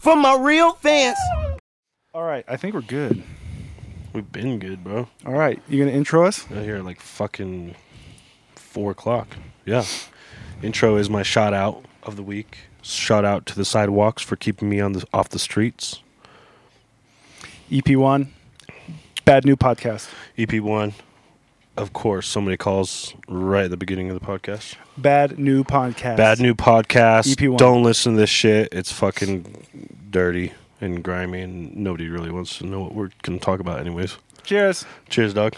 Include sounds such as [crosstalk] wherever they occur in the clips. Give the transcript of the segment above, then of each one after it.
from my real fans. All right, I think we're good. We've been good, bro. All right, you gonna intro us? Out here at like fucking four o'clock. Yeah. Intro is my shout out of the week. Shout out to the sidewalks for keeping me on the off the streets. EP E one, bad new podcast. EP E one, of course, somebody calls right at the beginning of the podcast. Bad new podcast. Bad new podcast. EP1. Don't listen to this shit. It's fucking dirty and grimy, and nobody really wants to know what we're gonna talk about, anyways. Cheers. Cheers, dog.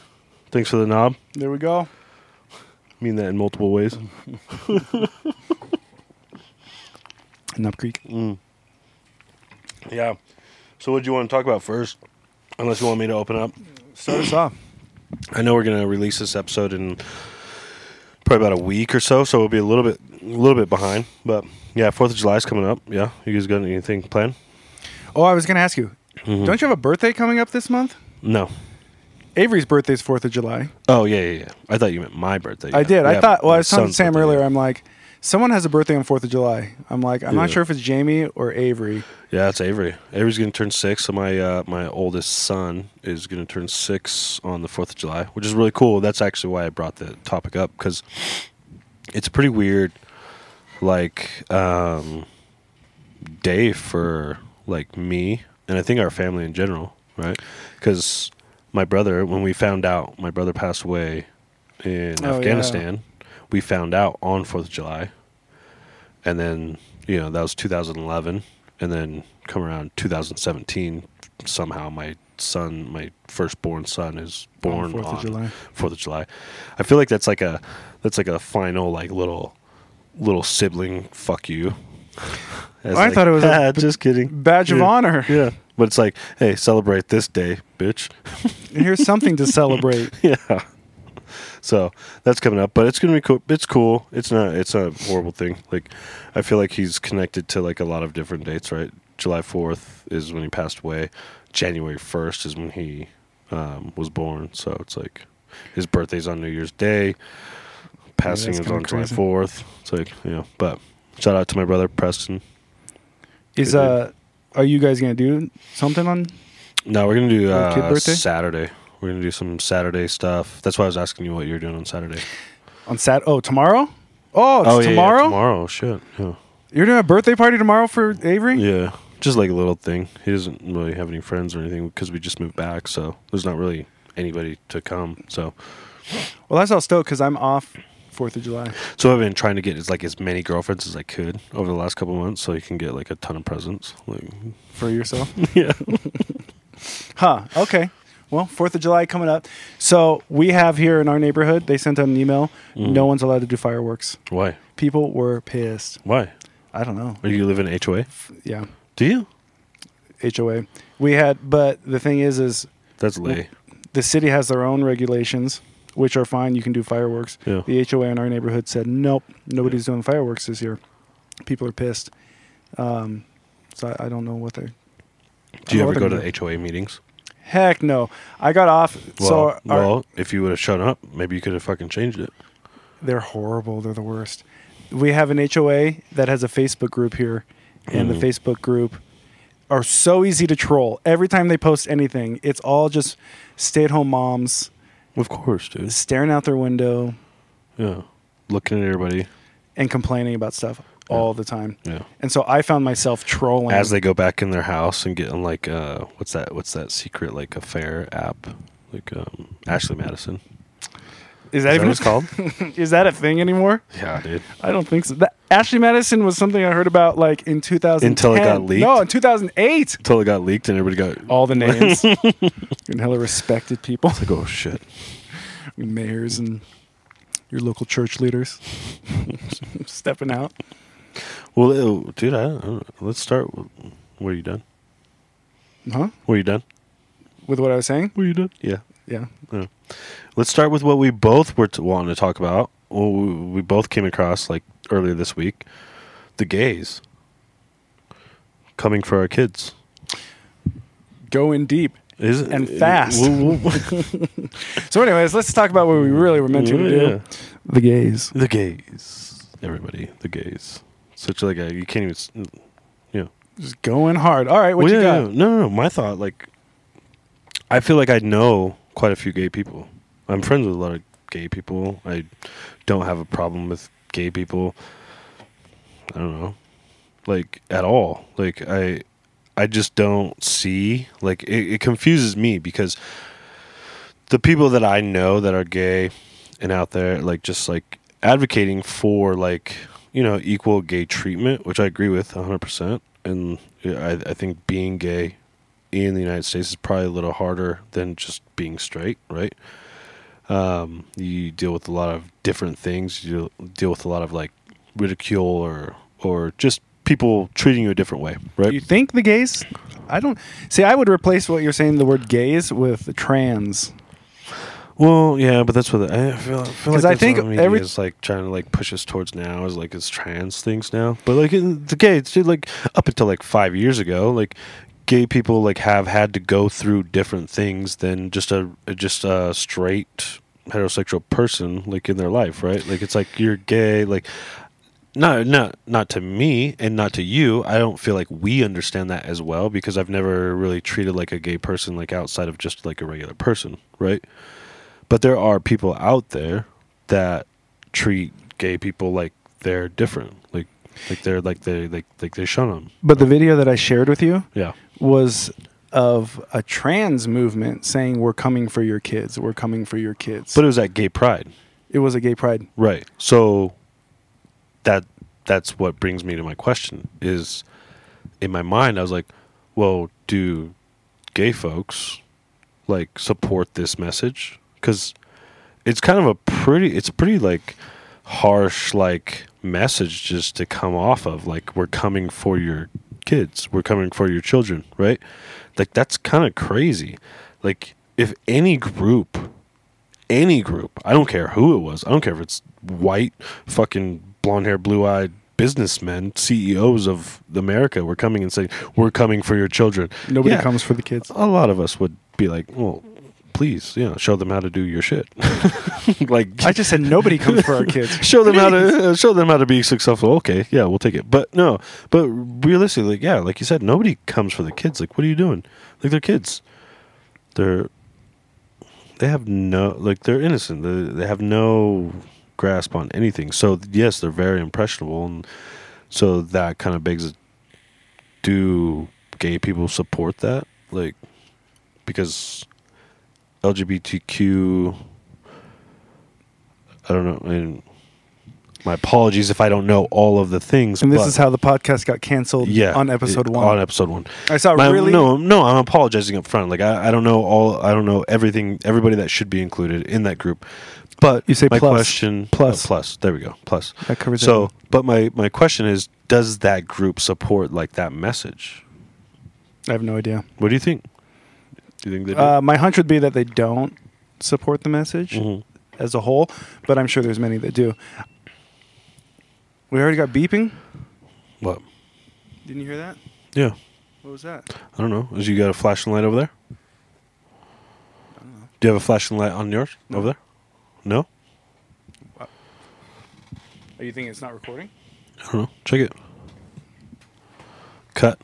Thanks for the knob. There we go. Mean that in multiple ways. Knob Creek. Yeah. So, what do you want to talk about first? Unless you want me to open up. Start us off. I know we're gonna release this episode in probably about a week or so, so we'll be a little bit a little bit behind. But yeah, Fourth of July is coming up. Yeah, you guys got anything planned? Oh, I was gonna ask you. Mm-hmm. Don't you have a birthday coming up this month? No. Avery's birthday is Fourth of July. Oh yeah, yeah, yeah. I thought you meant my birthday. I Yeah. did. I Yeah, thought. Well, I my was talking to son's Sam birthday. earlier. I'm like, someone has a birthday on Fourth of July. I'm like, I'm not Yeah. sure if it's Jamie or Avery. Yeah, it's Avery. Avery's gonna turn six, so my uh, my oldest son is gonna turn six on the Fourth of July, which is really cool. That's actually why I brought the topic up because it's a pretty weird, like, um, day for like me and I think our family in general, right? Because my brother, when we found out my brother passed away in Oh, yeah. Afghanistan, we found out on Fourth of July and then you know that was 2011 and then come around 2017 somehow my son my firstborn son is born Fourth of on July. fourth of july i feel like that's like a that's like a final like little little sibling [laughs] fuck you As I thought it was a "Ah, b- [laughs] just kidding Badge of Yeah. honor. yeah but it's like hey celebrate this day bitch And here's something [laughs] to celebrate. yeah. So that's coming up, but it's gonna be cool. It's cool. It's not. It's not a horrible thing. Like, I feel like he's connected to like a lot of different dates. Right, July fourth is when he passed away. January first is when he um, was born. So it's like his birthday's on New Year's Day. Passing that's is on kinda July crazy. fourth. It's like you know. But shout out to my brother Preston. Is Good dude. uh, are you guys gonna do something on? No, we're gonna do Your kid uh, birthday? Saturday. We're gonna do some Saturday stuff. That's why I was asking you what you're doing on Saturday. On Sat? Oh, tomorrow. Oh, it's oh yeah, yeah, tomorrow? tomorrow. Shit. Yeah. You're doing a birthday party tomorrow for Avery. Yeah, just like a little thing. He doesn't really have any friends or anything because we just moved back, so there's not really anybody to come. So, Well, that's all stoked because I'm off Fourth of July. so I've been trying to get as like as many girlfriends as I could over the last couple months, so you can get like a ton of presents. Like, [laughs] for yourself. yeah, huh. Okay. Well, Fourth of July coming up. So we have here in our neighborhood. They sent out an email. Mm. No one's allowed to do fireworks. why? People were pissed. Why? I don't know. Are you living in HOA? Yeah. Do you? HOA. We had, but the thing is, is That's lay. the city has their own regulations, which are fine. You can do fireworks. Yeah. The HOA in our neighborhood said, nope, nobody's doing fireworks this year. People are pissed. Um, so I, I don't know what they. Do you I'm ever go not to gonna- the HOA meetings? Heck no. I got off. Well, so our- well, if you would have shown up, maybe you could have fucking changed it. They're horrible. They're the worst. We have an HOA that has a Facebook group here, and Mm-hmm. the Facebook group are so easy to troll. Every time they post anything, it's all just stay at home moms Of course, dude. staring out their window Yeah, looking at everybody. and complaining about stuff all the time. Yeah. And so I found myself trolling. as they go back in their house and get on like uh what's that what's that secret like affair app like um Ashley Madison is that, is that even what it's [laughs] called is that a thing anymore? yeah dude I don't think so. That, Ashley Madison was something I heard about like in 2010. Until it got leaked? No, in 2008. until it got leaked and everybody got All the [laughs] names [laughs] and hella respected people. [laughs] like oh shit mayors and your local church leaders [laughs] stepping out. well ew, dude I don't, I don't know. let's start with, were you done Huh? were you done With what I was saying? were you done yeah Yeah. yeah let's start with what we both were t- wanting to talk about well we, we both came across like earlier this week the gays coming for our kids Go in deep. is it And fast. Woo- woo- [laughs] So, anyways, let's talk about what we really were meant to do. Yeah. The gays. The gays. Everybody, the gays. Such like a you can't even. s- You know, Just going hard. All right, what Well, you yeah, got? yeah. No, no, no. My thought, like, I feel like I know quite a few gay people. I'm friends with a lot of gay people. I don't have a problem with gay people. I don't know, like at all. Like I, I just don't see. Like it, it confuses me because the people that I know that are gay and out there, like just like advocating for like you know equal gay treatment, which I agree with 100. percent And I, I think being gay in the United States is probably a little harder than just being straight, right? Um, you deal with a lot of different things. You deal- deal with a lot of like ridicule or or just people treating you a different way, right? You think the gays? I don't see. I would replace what you're saying, the word gays, with trans. Well, yeah, but that's what I feel. I feel 'Cause like I I think think what media every- is like trying to like push us towards now is like it's trans things now. But like in the gay, dude, like up until like five years ago, like gay people like have had to go through different things than just a just a straight heterosexual person like in their life, right? Like it's like you're gay, like no, not not to me and not to you. I don't feel like we understand that as well because I've never really treated like a gay person like outside of just like a regular person, right? But there are people out there that treat gay people like they're different, like like they're like they like like they shun them. But the video that I shared with you Yeah, was of a trans movement saying, "We're coming for your kids. We're coming for your kids." but it was at Gay Pride, it was a gay pride. right? So that that's what brings me to my question is in my mind I was like, well, do gay folks like support this message because it's kind of a pretty it's pretty like harsh like message just to come off of like we're coming for your kids we're coming for your children right like that's kind of crazy like if any group any group i don't care who it was i don't care if it's white fucking blonde hair blue eyed businessmen ceos of america were coming and saying we're coming for your children Nobody Yeah comes for the kids. a lot of us would be like, well, please, yeah, show them how to do your shit. [laughs] [laughs] like, I just said nobody comes for our kids. [laughs] show them how to uh, show them how to be successful. Okay, yeah, we'll take it. But no, but realistically, yeah, like you said, nobody comes for the kids. Like, what are you doing? Like, they're kids. They're they have no like they're innocent. They, they have no grasp on anything. So yes, they're very impressionable, and so that kind of begs it. Do gay people support that? Like, because LGBTQ. I don't know. And my apologies if I don't know all of the things. And this but- is how the podcast got canceled. yeah on episode it- one. On episode one, I saw My- really no, no. I'm apologizing up front. Like I, I don't know all. I don't know everything. Everybody that should be included in that group. But You say my plus, question plus. uh, plus. There we go. Plus. that covers So, it. but my my question is, does that group support like that message? I have no idea. What do you think? Um, Do you think they do? Uh, my hunch would be that they don't support the message Mhm. as a whole, but I'm sure there's many that do. We already got beeping. What? Didn't you hear that? Yeah. What was that? I don't know. Is you got a flashing light over there? Do you have a flashing light on yours No. over there? No. Are Oh, you thinking it's not recording? I don't know. Check it. Cut.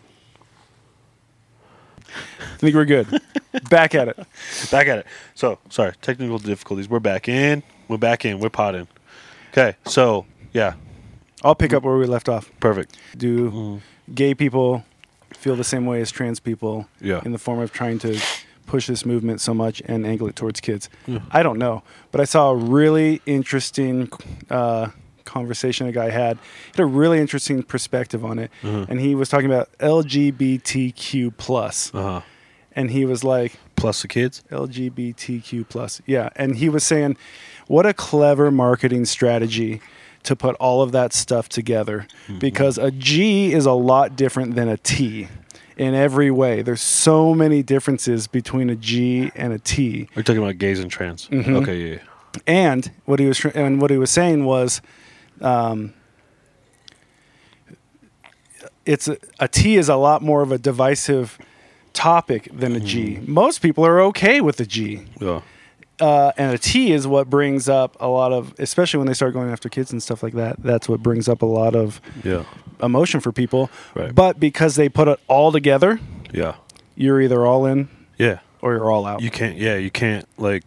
I think we're good. Back at it. Back at it. So sorry, technical difficulties. We're back in. We're back in. We're potting. Okay. So yeah, I'll pick up where we left off. perfect. Do Mm-hmm. gay people feel the same way as trans people Yeah. in the form of trying to push this movement so much and angle it towards kids? Yeah. I don't know, but I saw a really interesting uh, conversation a guy had. Had a really interesting perspective on it, Mm-hmm. and he was talking about LGBTQ plus, Uh huh. and he was like, Plus the kids. LGBTQ plus. Yeah, and he was saying, what a clever marketing strategy to put all of that stuff together because a G is a lot different than a T in every way. There's so many differences between a G and a T. We're talking about gays and trans. Okay. Yeah. yeah. And what he was tr- and what he was saying was, um, it's a, a T is a lot more of a divisive topic than a G. Most people are okay with a G. Yeah. uh, and a T is what brings up a lot of, especially when they start going after kids and stuff like that. That's what brings up a lot of Yeah. emotion for people. Right. But because they put it all together, Yeah. you're either all in Yeah. or you're all out. You can't. Yeah. You can't like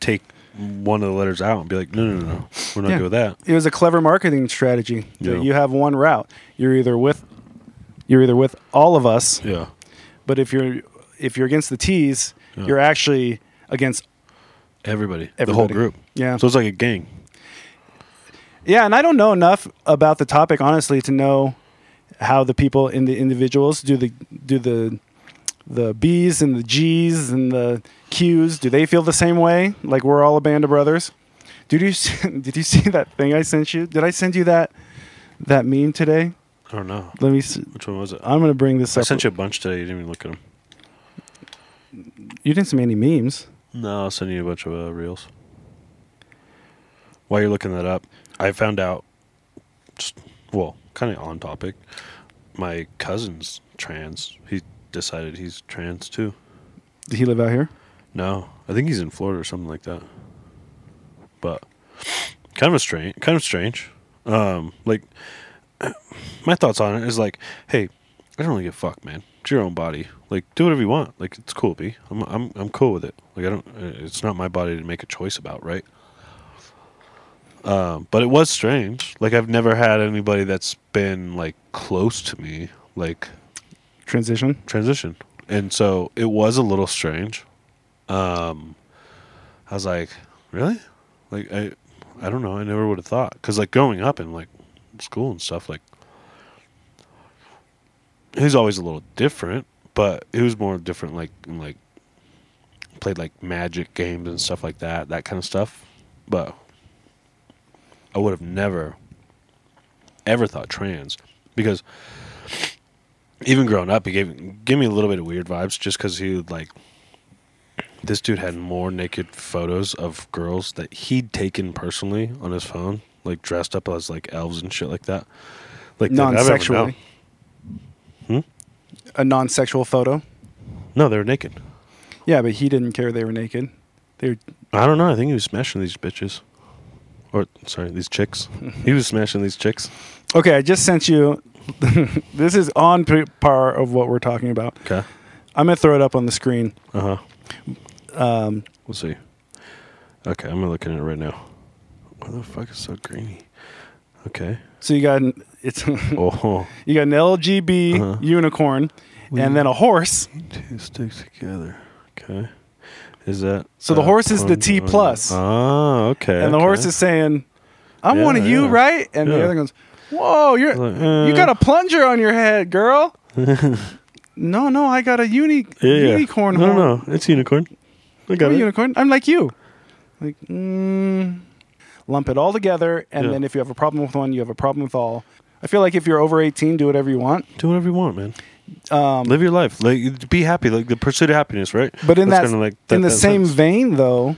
take one of the letters out and be like, no, no, no, no. We're not Yeah. good with that. it was a clever marketing strategy. that Yeah. You have one route. You're either with, you're either with all of us. Yeah. But if you're if you're against the T's, Yeah. you're actually against Everybody, The whole Everybody. group. Yeah. So it's like a gang. Yeah, and I don't know enough about the topic honestly to know how the people in the individuals do the do the the B's and the G's and the Q's. Do they feel the same way? Like we're all a band of brothers. Did you [laughs] see- did you see that thing I sent you? Did I send you that that meme today? I don't know. Let me. s- Which one was it? I'm gonna bring this I up. sent you a bunch today. You didn't even look at them. You didn't send me any memes. No, I'll send you a bunch of uh, reels. While you're looking that up, I found out, just, well, kind of on topic, my cousin's trans. He decided he's trans too. Did he live out here? No, I think he's in Florida or something like that. But kind of strange. Kind of strange. Um, like [clears throat] my thoughts on it is like, hey, I don't really give a fuck, man. It's your own body. Like, do whatever you want. Like, it's cool, b. I'm I'm I'm cool with it. Like, I don't. uh, It's not my body to make a choice about, right? Um, but it was strange. Like, I've never had anybody that's been like close to me, like Transition. transition. And so it was a little strange. Um, I was like, really? Like I, I don't know. I never would have thought because like growing up in like school and stuff, like he's always a little different, but he was more different. Like in, like played like magic games and stuff like that, that kind of stuff. But I would have never, ever thought trans because even growing up, he gave gave me a little bit of weird vibes just because he would like. This dude had more naked photos of girls that he'd taken personally on his phone, like dressed up as like elves and shit like that. Like that I've ever known. Non-sexually. Hmm? A non-sexual photo. No, they were naked. Yeah, but he didn't care they were naked. They were I don't know. I think he was smashing these bitches, or sorry, [laughs] these chicks. he was smashing these chicks. Okay, I just sent you. [laughs] this is on p- par of what we're talking about. Okay. I'm gonna throw it up on the screen. Uh huh. Um, We'll see. Okay, I'm looking at it right now. What the fuck is so greeny? Okay. so you got an, it's [laughs] you Oh, got an LGB Uh-huh. unicorn, and then a horse. two sticks together. Okay. Is that So the horse is the T on- plus. Oh, okay. And the okay. horse is saying, "I'm Yeah, one of you, yeah. right?" And the Yeah. other goes, "Whoa, you're Like, uh, you got a plunger on your head, [laughs] girl." no, no, I got a uni- yeah, yeah. unicorn No, horn. no, no, it's unicorn. I got I'm a it. unicorn. I'm like you. Like, mm, lump it all together, and Yeah. then if you have a problem with one, you have a problem with all. I feel like if you're over 18, do whatever you want. Do whatever you want, man. Live your life. Like, be happy. Like the pursuit of happiness, right? Um, But in that, That's kinda like in the that same sentence. vein, though,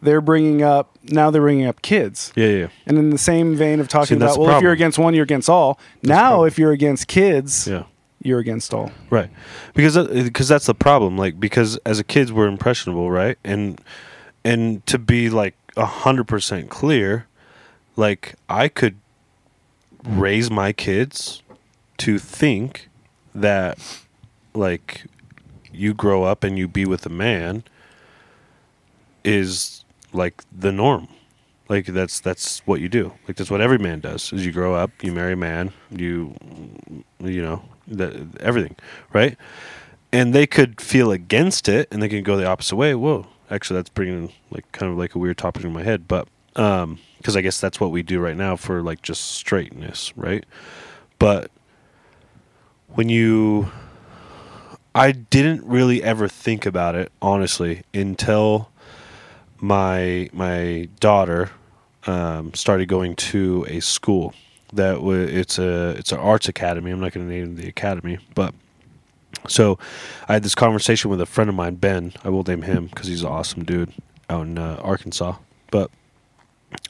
they're bringing up now they're bringing up kids, Yeah, yeah, and in the same vein of talking that's about the well, if you're problem. against one, you're against all. the now, problem. if you're against kids, yeah. you're against all. Right, because because that's the problem. Like because as a kids we're impressionable, right? And and to be like hundred percent clear, like I could raise my kids to think that like you grow up and you be with a man is like the norm. Like that's that's what you do. Like that's what every man does. Is you grow up, you marry a man, you you know that everything right and they could feel against it and they can go the opposite way whoa actually that's bringing like kind of like a weird topic in my head but um because i guess that's what we do right now for like just straightness right but when you i didn't really ever think about it honestly until my my daughter um, started going to a school that wa it's a it's an arts academy. I'm not going to name the academy, but so I had this conversation with a friend of mine, Ben. I will name him because he's an awesome dude out in uh, Arkansas. But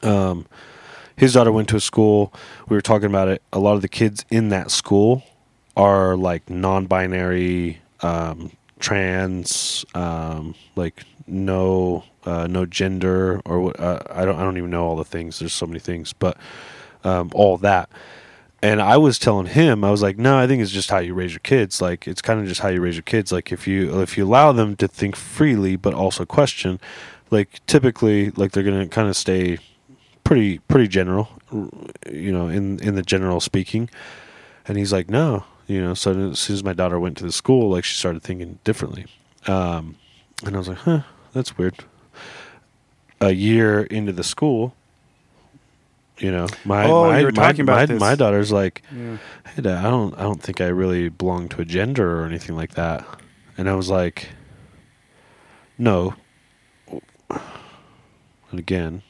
um, his daughter went to a school. We were talking about it. A lot of the kids in that school are like non-binary, um, trans, um, like no uh, no gender or what- uh, I don't I don't even know all the things. There's so many things, but um, all that. And I was telling him, I was like, no, I think it's just how you raise your kids. Like it's kind of just how you raise your kids. Like if you if you allow them to think freely but also question, like typically like they're gonna kind of stay pretty pretty general, you know, in in the general speaking. And he's like, no, you know. So as soon as my daughter went to the school, like she started thinking differently. Um, and I was like, huh, that's weird. A year into the school, you know, my Oh, my, you were my- talking about my- this. my daughter's like, Yeah. hey, Dad, I don't I don't think I really belong to a gender or anything like that. And I was like, no. And again,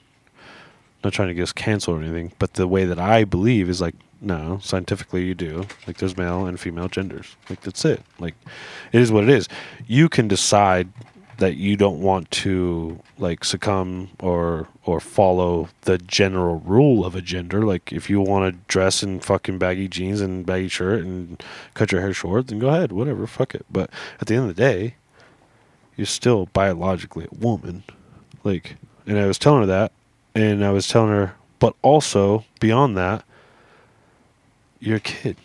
not trying to get us canceled or anything, but the way that I believe is like, no, scientifically you do. Like there's male and female genders. Like that's it. Like it is what it is. You can decide that you don't want to like succumb or or follow the general rule of a gender. Like if you want to dress in fucking baggy jeans and baggy shirt and cut your hair short, then go ahead, whatever, fuck it. But at the end of the day, you're still biologically a woman. Like, and I was telling her that, and I was telling her, but also beyond that, you're a kid.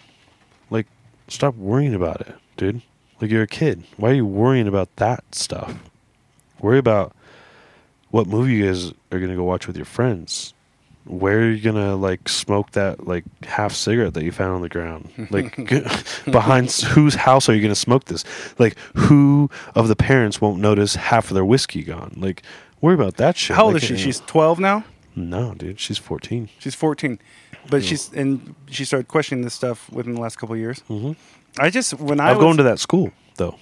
Like, stop worrying about it, dude. Like, you're a kid. Why are you worrying about that stuff? Worry about what movie you guys are gonna go watch with your friends. Where are you gonna like smoke that like half cigarette that you found on the ground? [laughs] Like behind s- whose house are you gonna smoke this? Like who of the parents won't notice half of their whiskey gone? Like worry about that shit. How old Like, is she? you know- She's 12 now. no, dude. She's fourteen. She's 14, but she's and she started questioning this stuff within the last couple of years. Mm-hmm. I just when I I've was, gone to that school though,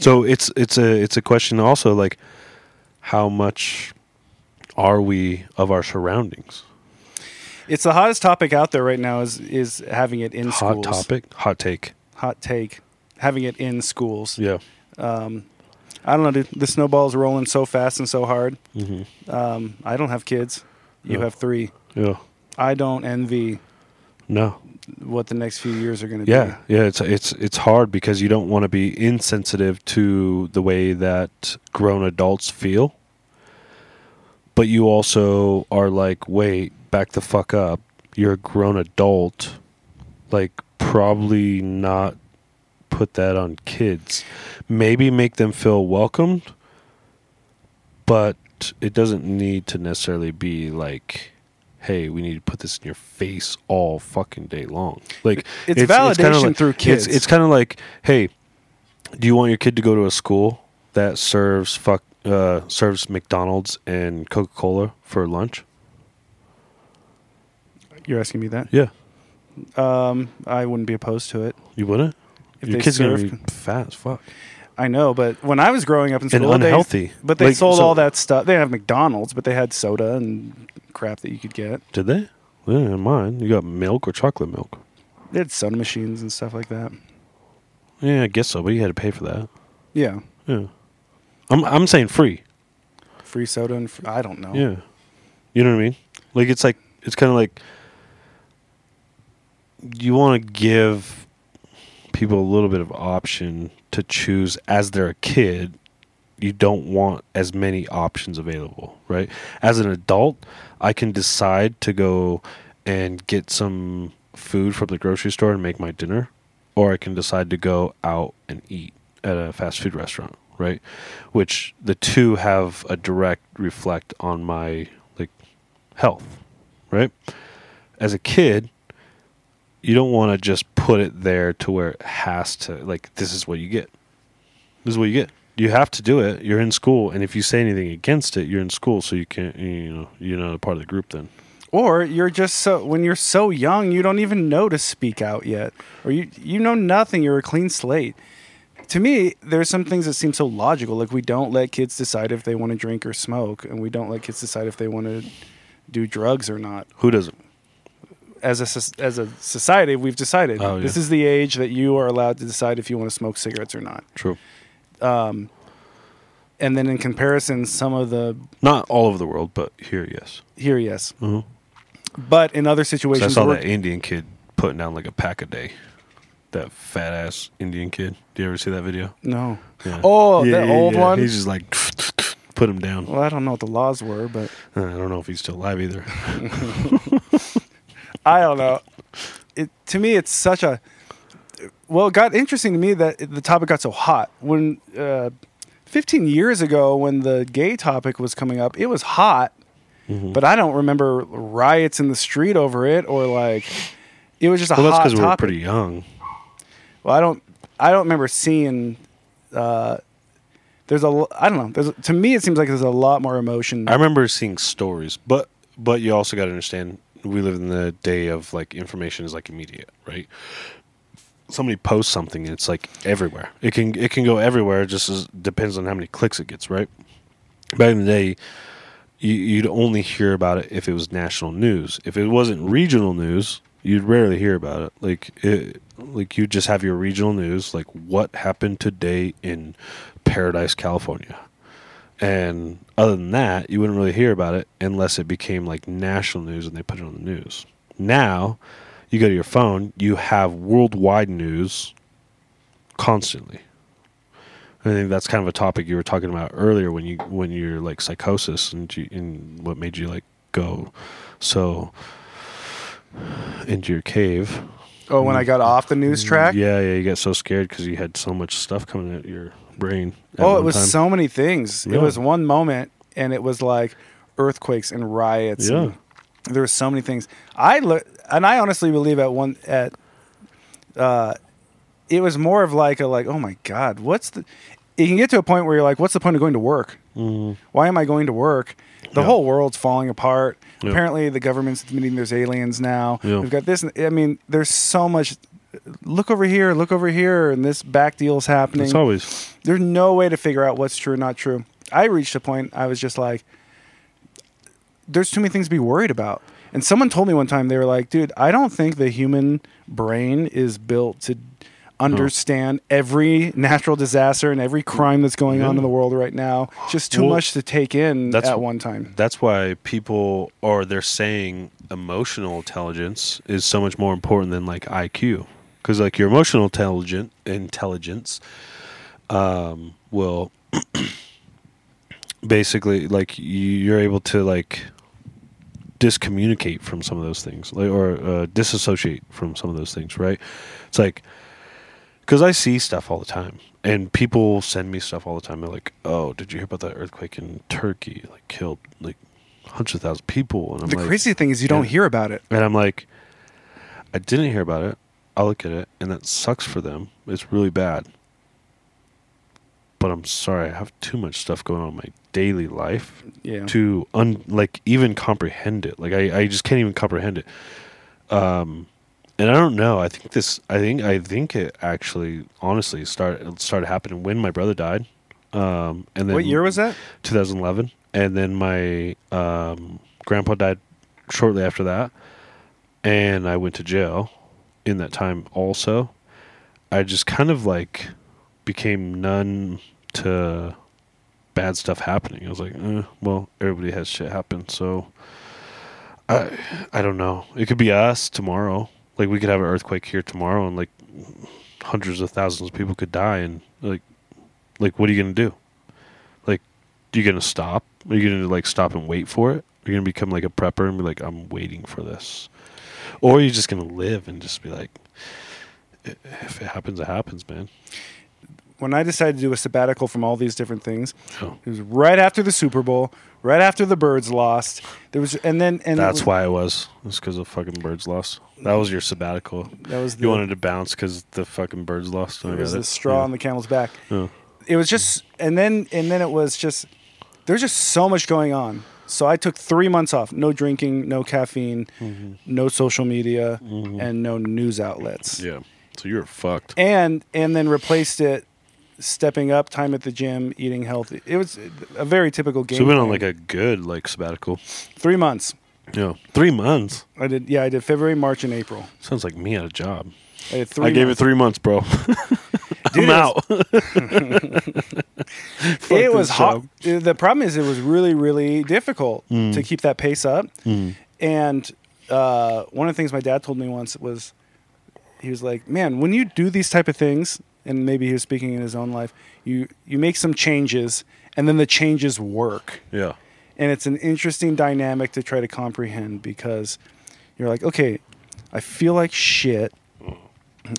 so it's it's a it's a question also like how much are we of our surroundings? it's the hottest topic out there right now is is having it in Hot schools. topic, hot take. hot take, having it in schools. Yeah, I don't know, dude. The snowball's rolling so fast and so hard. Mm-hmm. Um, I don't have kids. You Yeah. have three. yeah. I don't envy No, what the next few years are going to yeah, yeah. It's it's it's hard because you don't want to be insensitive to the way that grown adults feel, but you also are like, wait, back the fuck up. You're a grown adult. Like, probably not put that on kids. Maybe make them feel welcomed, but it doesn't need to necessarily be like. Hey, we need to put this in your face all fucking day long. Like It's kinda validation like- through kids. It's, it's kind of like, hey, do you want your kid to go to a school that serves fuck uh, serves McDonald's and Coca Cola for lunch? be. You're asking me that? Yeah, Um, I wouldn't be opposed to it. you wouldn't. If your they kid's gonna serve- be fat as fuck. I know, but when I was growing up in And school, they- unhealthy. but they Like, sold so- all that stuff. They didn't have McDonald's, but they had soda and crap that you could get. Did they? Yeah, mine. You got milk or chocolate milk. They had soda machines and stuff like that. Yeah, I guess so, but you had to pay for that. Yeah, Yeah, I'm I'm saying free. free soda and fr- I don't know. Yeah. You know what I mean? Like it's like it's kind of like you want to give people a little bit of option to choose as they're a kid. You don't want as many options available, right? As an adult, I can decide to go and get some food from the grocery store and make my dinner, or I can decide to go out and eat at a fast food restaurant, right? Which the two have a direct reflect on my like health, right? As a kid, you don't want to just put it there to where it has to like this is what you get. This is what you get. You have to do it. You're in school, and if you say anything against it, you're in school, so you can't. You know, you're not a part of the group then. or you're just so when you're so young you don't even know to speak out yet or you you know nothing you're a clean slate to me there's some things that seem so logical like we don't let kids decide if they want to drink or smoke and we don't let kids decide if they want to do drugs or not Who doesn't? as a soc- as a society we've decided Oh, yeah. this is the age that you are allowed to decide if you want to smoke cigarettes or not True. and then in comparison some of the Not all over the world, but here, yes. here yes Mhm. but in other 'Cause I situations saw we're- that Indian kid putting down like a pack a day. that fat ass Indian kid. Do you ever see that video? No. Yeah. Oh, Yeah, that yeah, old yeah. one. He's just like [laughs] put him down. well, I don't know what the laws were, but Uh, I don't know if he's still alive [laughs] either. I don't know. It to me, it's such a well. It got interesting to me that the topic got so hot when uh, 15 years ago, when the gay topic was coming up, it was hot, Mm-hmm. but I don't remember riots in the street over it or like it was just a Well, that's hot because we topic. were pretty young. Well, I don't. I don't remember seeing. Uh, there's a. l- I don't know. There's to me, it seems like there's a lot more emotion. I remember seeing stories, but but you also got to understand we live in the day of like information is like immediate, right? Somebody posts something and it's like everywhere. It can it can go everywhere. It just as, depends on how many clicks it gets, right? Back in the day, you, you'd only hear about it if it was national news. If it wasn't regional news, you'd rarely hear about it. Like it, like you just have your regional news, like what happened today in Paradise, California. And other than that, you wouldn't really hear about it unless it became like national news and they put it on the news. Now, you go to your phone, you have worldwide news constantly. I think that's kind of a topic you were talking about earlier when you when you're like psychosis and you, and what made you like go so into your cave. Oh, when I got off the news Mm, track. Yeah, yeah, you got so scared because you had so much stuff coming at your brain. at Oh, one it was time. so many things. Yeah. It was one moment, and it was like earthquakes and riots. Yeah. And there were so many things. I look, and I honestly believe at one at, uh, it was more of like a like, oh my god, what's the? It can get to a point where you're like, what's the point of going to work? Why am I going to work? The Mm-hmm. Yeah. whole world's falling apart. Yeah. Apparently, the government's admitting there's aliens now. Yeah. We've got this. I mean, there's so much. Look over here. Look over here. And this back deal's happening It's always there's no way to figure out what's true and not true. I reached a point I was just like, there's too many things to be worried about. And someone told me one time, they were like, dude, I don't think the human brain is built to understand every natural disaster and every crime that's going on Oh. Yeah. in the world right now. Just too Well, much to take in that's- at one time. that's why people or they're saying emotional intelligence is so much more important than like IQ because like your emotional intelligent intelligence um, will [clears throat] basically like you- you're able to like discommunicate from some of those things like, or uh, disassociate from some of those things right it's like because I see stuff all the time, and people send me stuff all the time. They're like, "Oh, did you hear about that earthquake in Turkey? Like killed like hundreds of thousands of people." And I'm The like, crazy thing is, you don't Yeah. hear about it. [laughs] and I'm like, "I didn't hear about it. I look at it, and that sucks for them. It's really bad." But I'm sorry, I have too much stuff going on in my daily life Yeah. to un like even comprehend it. Like I, I just can't even comprehend it. Um, and I don't know. I think this. I think I think it actually, honestly, started started happening when my brother died. Um, and then what year was that? 2011, and then my um, grandpa died shortly after that, and I went to jail in that time. Also, I just kind of like became numb to bad stuff happening. I was like, eh, well, everybody has shit happen, so I I don't know. It could be us tomorrow. Like we could have an earthquake here tomorrow, and like hundreds of thousands of people could die, and like like what are you gonna do? Like you gonna stop? Are you gonna like stop and wait for it? Are you gonna become like a prepper and be like, I'm waiting for this? Or are you just gonna live and just be like, "I- if it happens, it happens, man. When I decided to do a sabbatical from all these different things, So It was right after the Super Bowl, right after the Birds lost. There was, and then, and it that's was- why it was. It's because of fucking birds lost. That was your sabbatical. that was the, You wanted to bounce because the fucking birds lost. I it was got the it. straw Yeah. on the camel's back. Yeah. It was just, and then, and then it was just. There's just so much going on. So I took three months off. No drinking, no caffeine, Mm-hmm. no social media, and no news outlets. yeah. So you're fucked. And and then replaced it, stepping up, time at the gym, eating healthy. It was a very typical game. so we went on plan. like a good like sabbatical. three months. Yeah. Three months. I did. Yeah, I did February, March, and April. Sounds like me at a job. I, did three I gave months. it three months, bro. [laughs] Dude, I'm it was- [laughs] out. it this was hot. job. The problem is, it was really, really difficult to keep that pace up. And uh, one of the things my dad told me once was he was like, "Man, when you do these type of things, and maybe he was speaking in his own life, you you make some changes, and then the changes work, Yeah. and it's an interesting dynamic to try to comprehend because you're like, okay, I feel like shit.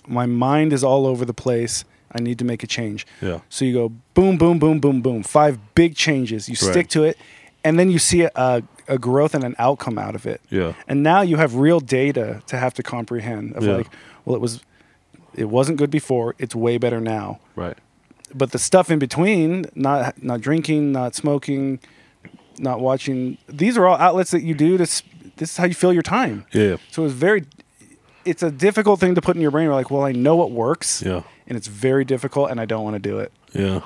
My mind is all over the place. I need to make a change. Yeah. So you go boom, boom, boom, boom, boom. Five big changes. You Right. stick to it, and then you see a, a growth and an outcome out of it. Yeah. And now you have real data to have to comprehend of Yeah. like, well, it was, it wasn't good before. It's way better now. Right. But the stuff in between, not not drinking, not smoking, not watching. These are all outlets that you do to. s- This is how you fill your time. Yeah. So it's very, it's a difficult thing to put in your brain. You're like, well, I know what works, Yeah. and it's very difficult, and I don't want to do it. Yeah.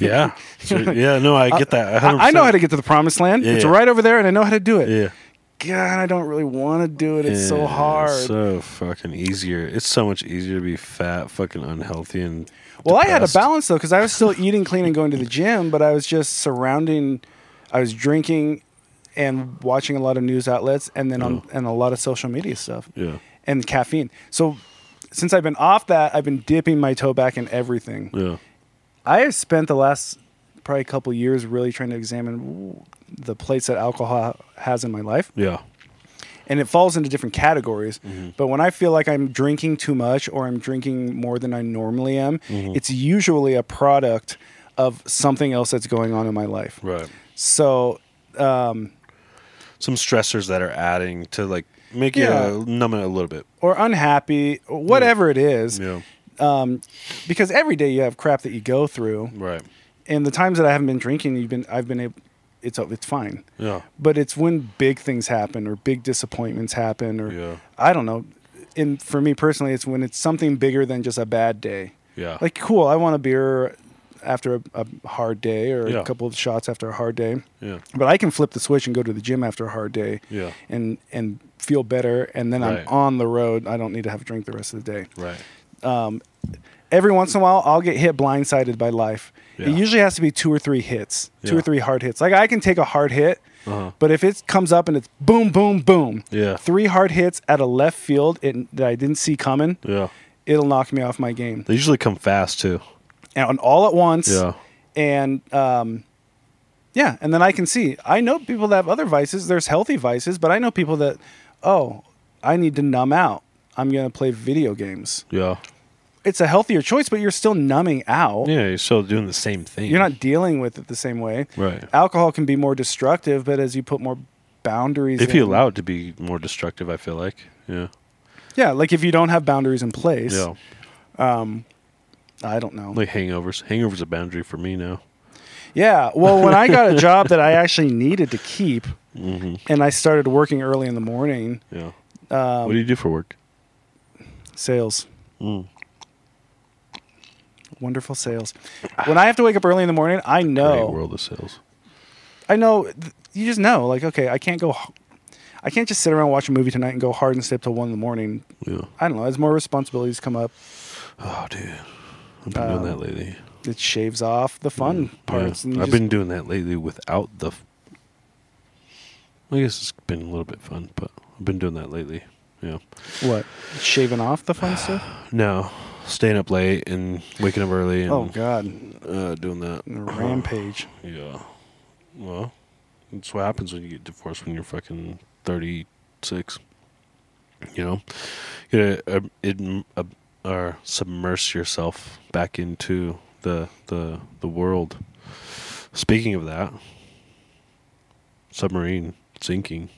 Yeah. [laughs] So, yeah. No, I get that. I, I know how 100%. to get to the promised land. Yeah, it's yeah. right over there, and I know how to do it. Yeah. God, I don't really want to do it. It's Yeah, so it's hard. so fucking easier. It's so much easier to be fat, fucking unhealthy, and well, I had a depressed. balance though, because I was still eating clean and going to the gym, but I was just surrounding, I was drinking, and watching a lot of news outlets, and then on and a lot of social media stuff. Yeah. and caffeine. So since I've been off that, I've been dipping my toe back in everything. Yeah. I have spent the last probably couple years really trying to examine the place that alcohol has in my life, Yeah. and it falls into different categories. Mm-hmm. But when I feel like I'm drinking too much or I'm drinking more than I normally am, Mm-hmm. it's usually a product of something else that's going on in my life. Right. So Some stressors that are adding to like make Yeah. you uh, numb it a little bit. or unhappy, or whatever it is, Yeah. because every day you have crap that you go through. Right. and the times that I haven't been drinking, you've been I've been able it's it's fine. Yeah. But it's when big things happen or big disappointments happen or Yeah. I don't know. And for me personally, it's when it's something bigger than just a bad day. Yeah. Like cool, I want a beer after a, a hard day or Yeah. a couple of shots after a hard day. Yeah. But I can flip the switch and go to the gym after a hard day Yeah. and and feel better and then Right. I'm on the road. I don't need to have a drink the rest of the day Right. every once in a while I'll get hit blindsided by life. Yeah. It usually has to be two or three hits, two Yeah. or three hard hits. Like I can take a hard hit, Uh-huh. but if it comes up and it's boom, boom, boom, Yeah. three hard hits at a left field it, that I didn't see coming, Yeah. it'll knock me off my game. They usually come fast too. And all at once, Yeah. and um, yeah, and then I can see. I know people that have other vices. There's healthy vices, but I know people that, oh, I need to numb out. I'm gonna play video games. Yeah. It's a healthier choice, but you're still numbing out. Yeah. You're still doing the same thing. you're not dealing with it the same way. Right. Alcohol can be more destructive, but as you put more boundaries, If you in- allow it to be more destructive, I feel like. Yeah. yeah, like if you don't have boundaries in place, Yeah. I don't know. Like hangovers. Hangovers a boundary for me now. yeah, well, when I [laughs] got a job that I actually needed to keep, Mm-hmm. and I started working early in the morning, Yeah. Um, what do you do for work? sales. Mm. Wonderful sales. When I have to wake up early in the morning, I Great know. world of sales. I know. th- You just know, like, okay, I can't go. h- I can't just sit around watch a movie tonight and go hard and stay up till one in the morning. Yeah. I don't know. As more responsibilities come up, Oh, dude. I've been doing that lately. it shaves off the fun Um, parts. Mm, Yeah. And you I've just- been doing that lately without the. f- I guess it's been a little bit fun, but I've been doing that lately. Yeah. what shaving off the [sighs] fun stuff. No, staying up late and waking up early and Oh God, uh, doing that. rampage. Yeah. Well, that's what happens when you get divorced when you're fucking 36. You know? You gotta uh, in, uh, or submerse yourself back into the, the, the world. Speaking of that, submarine sinking.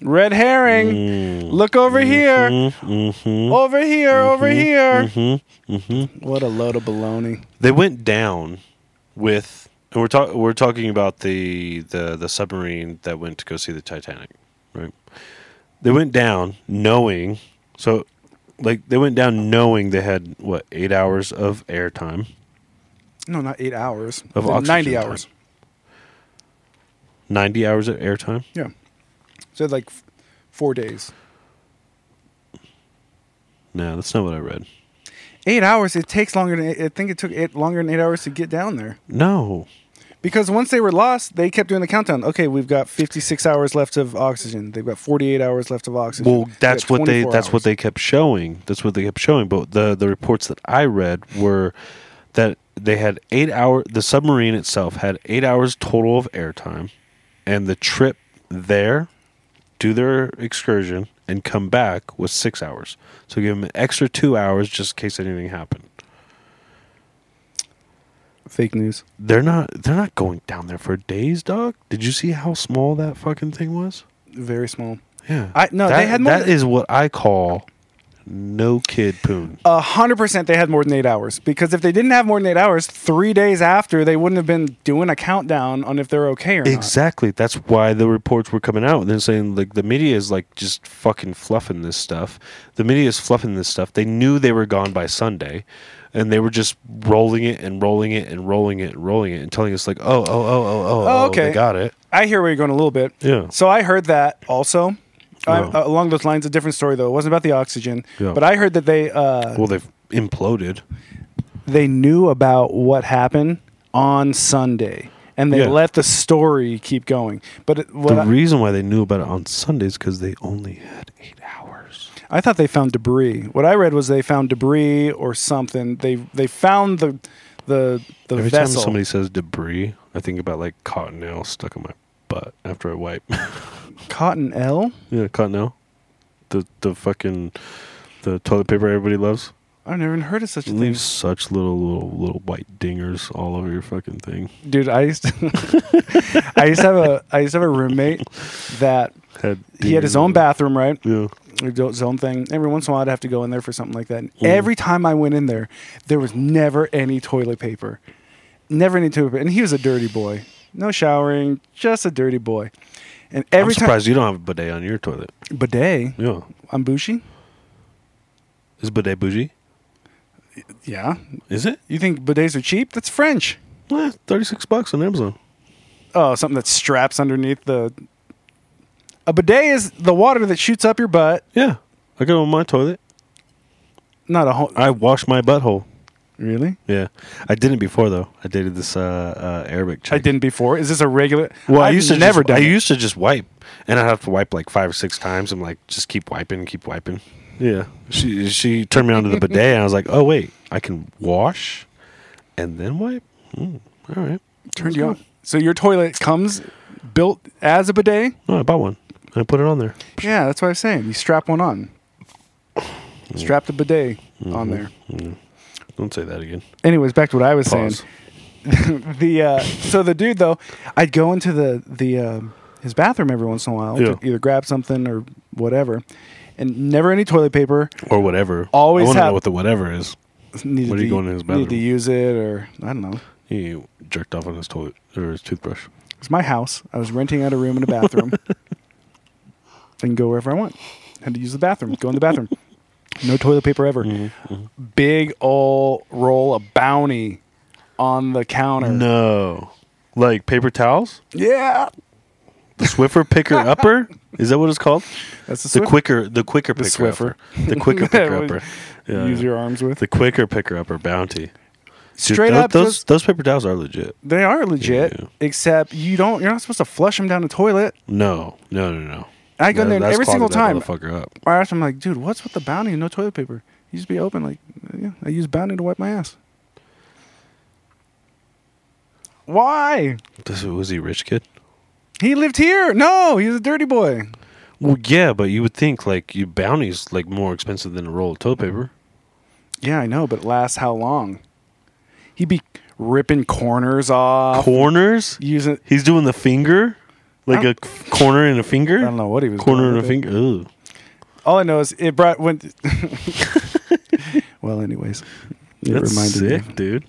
Red herring. Mm-hmm. Look over here. Oh. Over here. Mm-hmm. Over here. What a load of baloney. They went down with, and we're talking we're talking about the, the the submarine that went to go see the Titanic, right? They went down knowing, so like they went down knowing they had what eight hours of airtime No, not eight hours. of The oxygen Ninety time. hours. ninety hours of airtime. Yeah. So like f- four days. No, that's not what I read. Eight hours. It takes longer than I think it took eight longer than eight hours to get down there. No, Because once they were lost, they kept doing the countdown. Okay, we've got 56 hours left of oxygen. They've got 48 hours left of oxygen. Well, They've that's got what they 24 that's what hours. they kept showing. That's what they kept showing. But the the reports that I read were that they had eight hour. The submarine itself had eight hours total of airtime, and the trip there, do their excursion and come back was six hours. So give them an extra two hours just in case anything happened. fake news. They're not they're not going down there for days, dog. Did you see how small that fucking thing was? Very small. Yeah. I- no, they That- had more that than- is what I call no kid poon. A hundred percent, they had more than eight hours because if they didn't have more than eight hours, three days after they wouldn't have been doing a countdown on if they're okay or not. Exactly. That's why the reports were coming out. They're saying like the media is like just fucking fluffing this stuff. The media is fluffing this stuff. They knew they were gone by Sunday, and they were just rolling it and rolling it and rolling it and rolling it and telling us like, oh, oh, oh, oh, oh, Oh, oh okay. they got it. I hear where you're going a little bit. Yeah. So I heard that also. I- uh, Yeah. along those lines, a different story though. It wasn't about the oxygen, Yeah. but I heard that they uh, Well, they've imploded. they knew about what happened on Sunday, and they Yeah. let the story keep going. But it, what the I, reason why they knew about it on Sundays because they only had eight hours. I thought they found debris. What I read was they found debris or something. They they found the the the Every vessel. time somebody says debris, I think about like cottonelle stuck in my butt after I wipe. Cotton L. yeah, cottonelle. The the fucking the toilet paper everybody loves. I've never even heard of such a It thing. leaves such little little little white dingers all over your fucking thing. Dude, I used to, [laughs] I used to have a I used to have a roommate that Had he had his dingers own in- bathroom, right? Yeah. He'd do His own thing. Every once in a while, I'd have to go in there for something like that. And Every time I went in there, there was never any toilet paper, never any toilet paper. And he was a dirty boy, no showering, just a dirty boy. And every I'm surprised you don't have a bidet on your toilet. time bidet, Yeah. I'm bushy. Is bidet bougie? Yeah, Is it? you think bidets are cheap? That's French. Eh, thirty six bucks on Amazon. Oh, something that straps underneath the. A bidet is the water that shoots up your butt. Yeah. I got it on my toilet. Not a whole. I wash my butthole. Really? Yeah, I didn't before though. I dated this uh, uh, Arabic chick. I didn't before. Is this a regular? Well, i I've used to never just, done. I it. used to just wipe, and I'd have to wipe like five or six times. I'm like, just keep wiping, keep wiping. Yeah, she she turned me onto the bidet, and I was like, oh wait, I can wash, and then wipe. Mm, all right, turned you on. So your toilet comes built as a bidet. No, I bought one. and I put it on there. Yeah, that's what I was saying. You strap one on. Strap the bidet Mm-hmm. on there. Don't say that again. Anyways, back to what I was Pause. saying. [laughs] the uh, so the dude though, I'd go into the the um, his bathroom every once in a while Yeah. to either grab something or whatever, and never any toilet paper. Or whatever. Always I wanna have- know what the whatever is. Needed What are you to- going in his Needed to bathroom? use it or I don't know. He jerked off on his toilet or his toothbrush. It's my house. I was renting out a room and a [laughs] bathroom. I can go wherever I want. Had to use the bathroom. Go in the bathroom. No toilet paper ever. Mm-hmm, Big ol' roll of bounty on the counter. No, like paper towels. Yeah. The Swiffer picker [laughs] upper is that what it's called? That's the, the Swiffer. quicker the quicker The picker Swiffer. upper. the [laughs] quicker picker upper yeah, Use yeah. your arms with. the quicker picker upper bounty Dude, Straight tho- up those those, those paper towels are legit they are legit, Yeah. except you don't you're not supposed to flush them down the toilet. no no no no I go in That- there and that's every single clogging time. that motherfucker up I asked him like, dude, what's with the bounty and no toilet paper? You just be open like, yeah, I use bounty to wipe my ass. Why? this was he a rich kid He lived here. No, he's a dirty boy. well yeah but you would think like you bounties like more expensive than a roll of toilet paper Yeah, I know, but it lasts how long? He'd be ripping corners off, corners using. he's doing the finger like a c- corner and a finger I don't know what he was. corner doing and a with it. finger Ugh. All I know is it brought went. [laughs] well, anyways, it that's reminded sick me. dude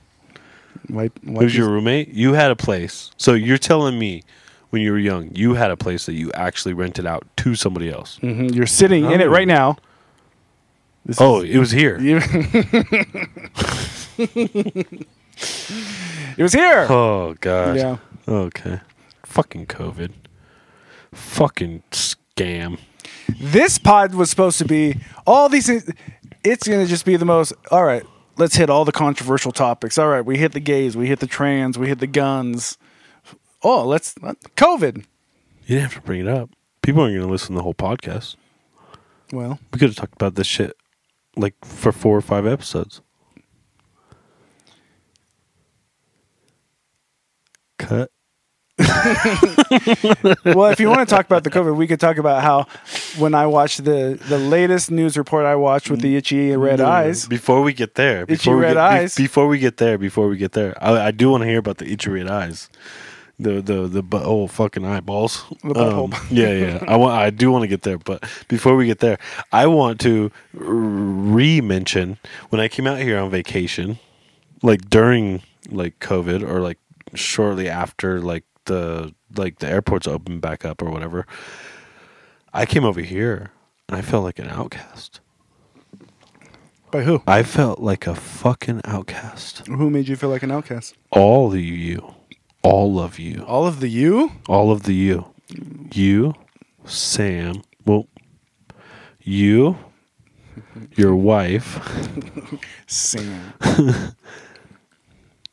Wipe, wipe Who's your roommate? You had a place. So you're telling me when you were young, you had a place that you actually rented out to somebody else. hmm You're sitting in it right now. This is- Oh, it was here. You- it was here. Oh god. Yeah. Okay. Fucking COVID. Fucking scam. This pod was supposed to be all these things. It's going to just be the most. All right, let's hit all the controversial topics. All right, we hit the gays, we hit the trans, we hit the guns. Oh, let's COVID. You didn't have to bring it up. People aren't going to listen to the whole podcast. Well, We could have talked about this shit like for four or five episodes. Cut. well, if you want to talk about the COVID, we could talk about how when I watched the the latest news report I watched with the itchy red No, no, no. eyes. Before we get there, Itchy before we red get, be- eyes. before we get there, before we get there, I, I do want to hear about the itchy red eyes, the the the butthole fucking eyeballs. Um, The butthole. yeah, yeah. I want. I do want to get there, but before we get there, I want to re-mention when I came out here on vacation, like during like COVID or like shortly after like the like the airports opened back up or whatever. I came over here and I felt like an outcast. By who? I felt like a fucking outcast. Who made you feel like an outcast? All of you, all of you, All of the you? all of the you, you, Sam, well, you, your wife, Sam.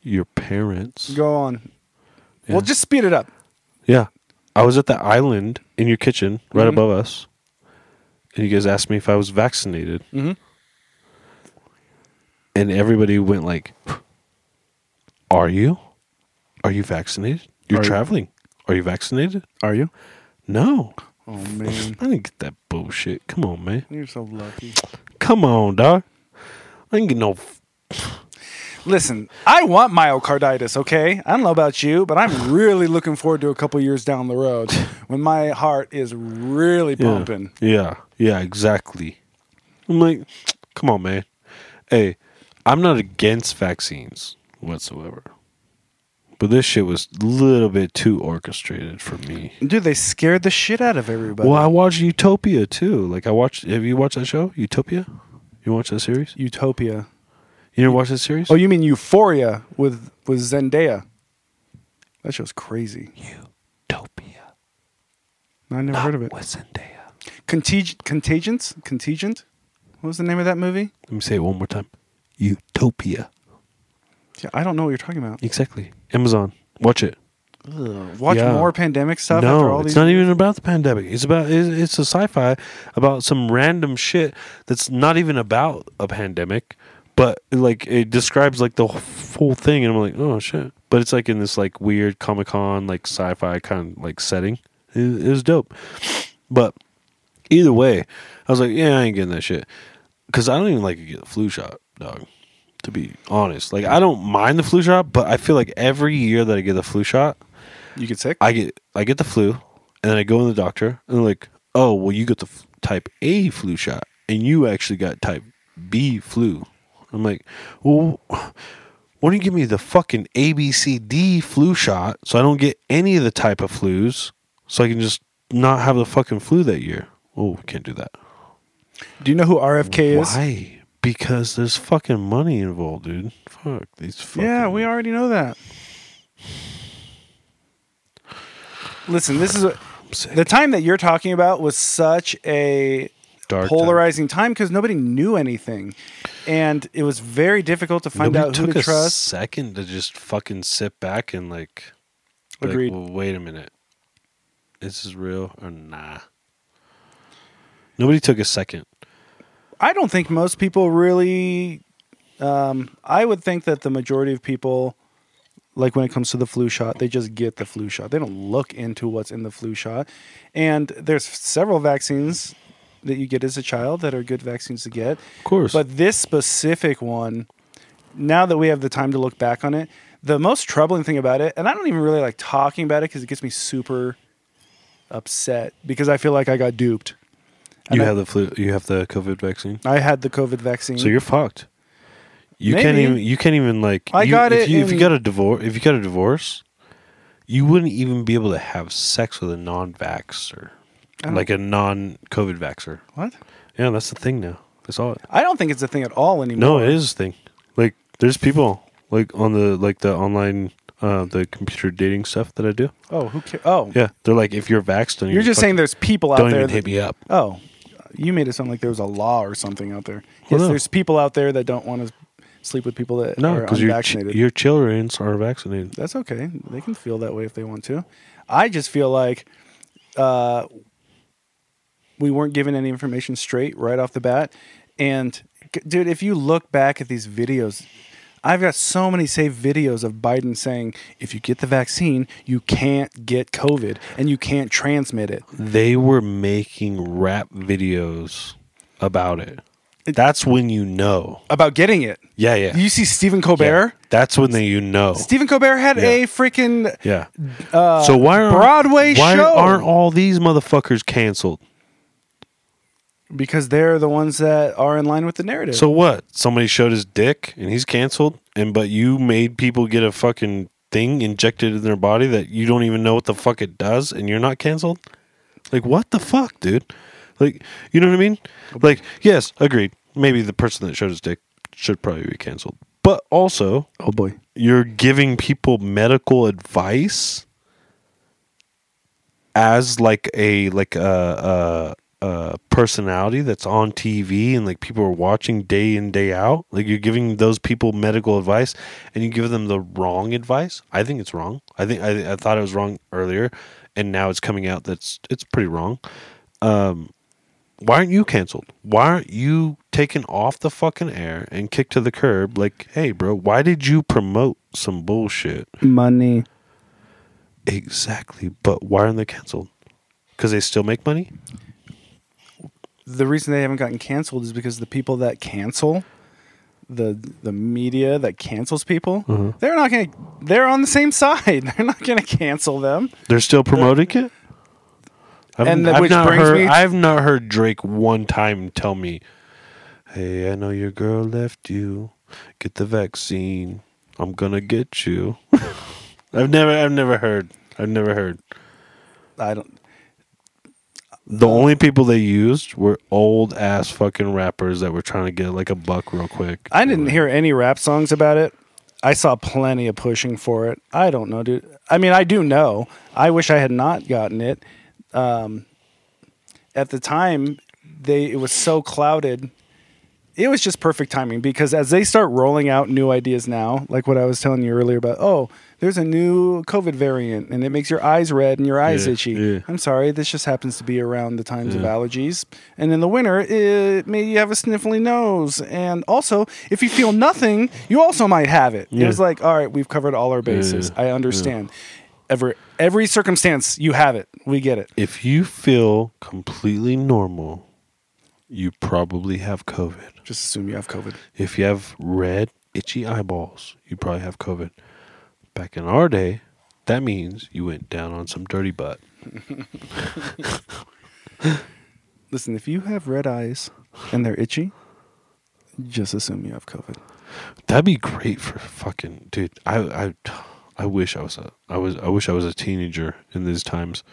your parents. Go on. Yeah. Well, just speed it up. Yeah, I was at the island in your kitchen, right Mhm. above us, and you guys asked me if I was vaccinated, Mm-hmm. and everybody went like, "Are you? Are you vaccinated? You're Are you- traveling. Are you vaccinated? Are you? No." Oh I man, [laughs] didn't get that bullshit. Come on, man. you're so lucky. Come on, dog. I didn't get no. F- Listen, I want myocarditis, okay? I don't know about you, but I'm really looking forward to a couple years down the [laughs] road when my heart is really pumping. Yeah, yeah, exactly. I'm like, come on, man. Hey, I'm not against vaccines whatsoever, but this shit was a little bit too orchestrated for me. Dude, they scared the shit out of everybody. Well, I watched Utopia too. Like, I watched. Have you watched that show, Utopia? You watch that series? Utopia. You never watch that series? Oh, you mean Euphoria with with Zendaya? That show's crazy. Utopia. I never heard of it. With Zendaya. Contig- Contagions? Contingent? What was the name of that movie? Let me say it one more time. Utopia. Yeah, I don't know what you're talking about. Exactly. Amazon. Watch it. Watch Yeah. more pandemic stuff after no, all it's these. not even about the pandemic. It's about it's, it's a sci-fi about some random shit that's not even about a pandemic, but like it describes like the wh- whole thing, and I'm like, oh shit. But it's like in this like weird Comic Con like sci-fi kind of like setting. It, it was dope, but either way, I was like, yeah, I ain't getting that shit because I don't even like to get the flu shot, dog. To be honest, like I don't mind the flu shot, but I feel like every year that I get the flu shot, you get sick? I get I get the flu, and then I go to the doctor, and they're like, "Oh, well, you got the f- type A flu shot, and you actually got type B flu." I'm like, "Well, why don't you give me the fucking A B C D flu shot, so I don't get any of the type of flus, so I can just not have the fucking flu that year?" Oh, we can't do that. Do you know who RFK is? Why? Because there's fucking money involved, dude. Fuck these. Fucking Yeah, we already know that. Listen, this is a, I'm sick. the time that you're talking about was such a Dark time. polarizing time because nobody knew anything, and it was very difficult to find Nobody out who took to a trust. second to just fucking sit back and like. like, Agreed. well, wait a minute, this is real or nah? Nobody took a second. I don't think most people really. Um, I would think that the majority of people, like when it comes to the flu shot, they just get the flu shot. They don't look into what's in the flu shot. And there's several vaccines that you get as a child that are good vaccines to get. Of course, But this specific one, now that we have the time to look back on it, the most troubling thing about it, and I don't even really like talking about it because it gets me super upset because I feel like I got duped. you and I- have the flu. You have the COVID vaccine, I had the COVID vaccine. so you're fucked. You can't Mm-hmm. Maybe. even. You can't even like. I you- got if it You, if you in- got a divorce, if you got a divorce, you wouldn't even be able to have sex with a non-vaxer, I don't- like a non-COVID vaxer. what? Yeah, that's the thing now. That's all. I don't think it's a thing at all anymore. No, it is a thing. Like there's people like on the like the online uh the computer dating stuff that I do. Oh, who cares? Oh, Yeah, they're like if you're vaxxed, don't you're even just fuck- saying there's people out don't there. even that- hit me up. oh, you made it sound like there was a law or something out there. Well, yes, no. there's people out there that don't want to No, are because your ch- unvaccinated. your children are vaccinated. That's okay. They can feel that way if they want to. I just feel like uh, we weren't given any information straight right off the bat. And g- dude, if you look back at these videos, I've got so many saved videos of Biden saying, if you get the vaccine, you can't get COVID and you can't transmit it. They were making rap videos about it. That's when you know. About getting it. Yeah, yeah. You see Stephen Yeah. Colbert? That's when they, you know. Stephen Colbert had Yeah. a freaking Yeah. so why aren't uh, Broadway why show. aren't all these motherfuckers canceled? because they're the ones that are in line with the narrative. So what? Somebody showed his dick and he's canceled, and but you made people get a fucking thing injected in their body that you don't even know what the fuck it does, and you're not canceled. Like what the fuck, dude? Like you know what I mean? Like yes, agreed. Maybe the person that showed his dick should probably be canceled, but also oh boy. you're giving people medical advice as like a like a, a, a personality that's on TV and like people are watching day in day out. Like you're giving those people medical advice and you give them the wrong advice. I think it's wrong. I think I, I thought it was wrong earlier, and now it's coming out that's it's pretty wrong. Um, why aren't you canceled? Why aren't you taken off the fucking air and kicked to the curb? Like, hey, bro, why did you promote some bullshit? Money. Exactly, but why aren't they canceled? Because they still make money. the reason they haven't gotten canceled is because the people that cancel the the media that cancels people they're not gonna they're on the same [laughs] side they're not gonna cancel them They're still promoting it. I've, And the- I've which not brings heard. me- I've not heard Drake one time tell me, "Hey, I know your girl left you. Get the vaccine. I'm gonna get you." [laughs] I've never. I've never heard. I've never heard. i don't The only people they used were old ass fucking rappers that were trying to get like a buck real quick. i didn't hear any rap songs about it i saw plenty of pushing for it i don't know dude i mean i do know i wish i had not gotten it um at the time they it was so clouded it was just perfect timing because as they start rolling out new ideas now, like what I was telling you earlier about, oh, there's a new COVID variant and it makes your eyes red and your eyes Yeah, itchy. yeah. I'm sorry, this just happens to be around the times of allergies. And in the winter, it may you have a sniffly nose. And also, if you feel nothing, you also might have it. It Yeah. was like, all right, we've covered all our bases. yeah, I understand. Every every circumstance, you have it. We get it. If you feel completely normal, you probably have COVID. Just assume you have COVID. If you have red, itchy eyeballs, you probably have COVID. Back in our day, that means you went down on some dirty butt. Listen, if you have red eyes and they're itchy, just assume you have COVID. That'd be great for fucking dude. I I I wish I was a I was I wish I was a teenager in these times.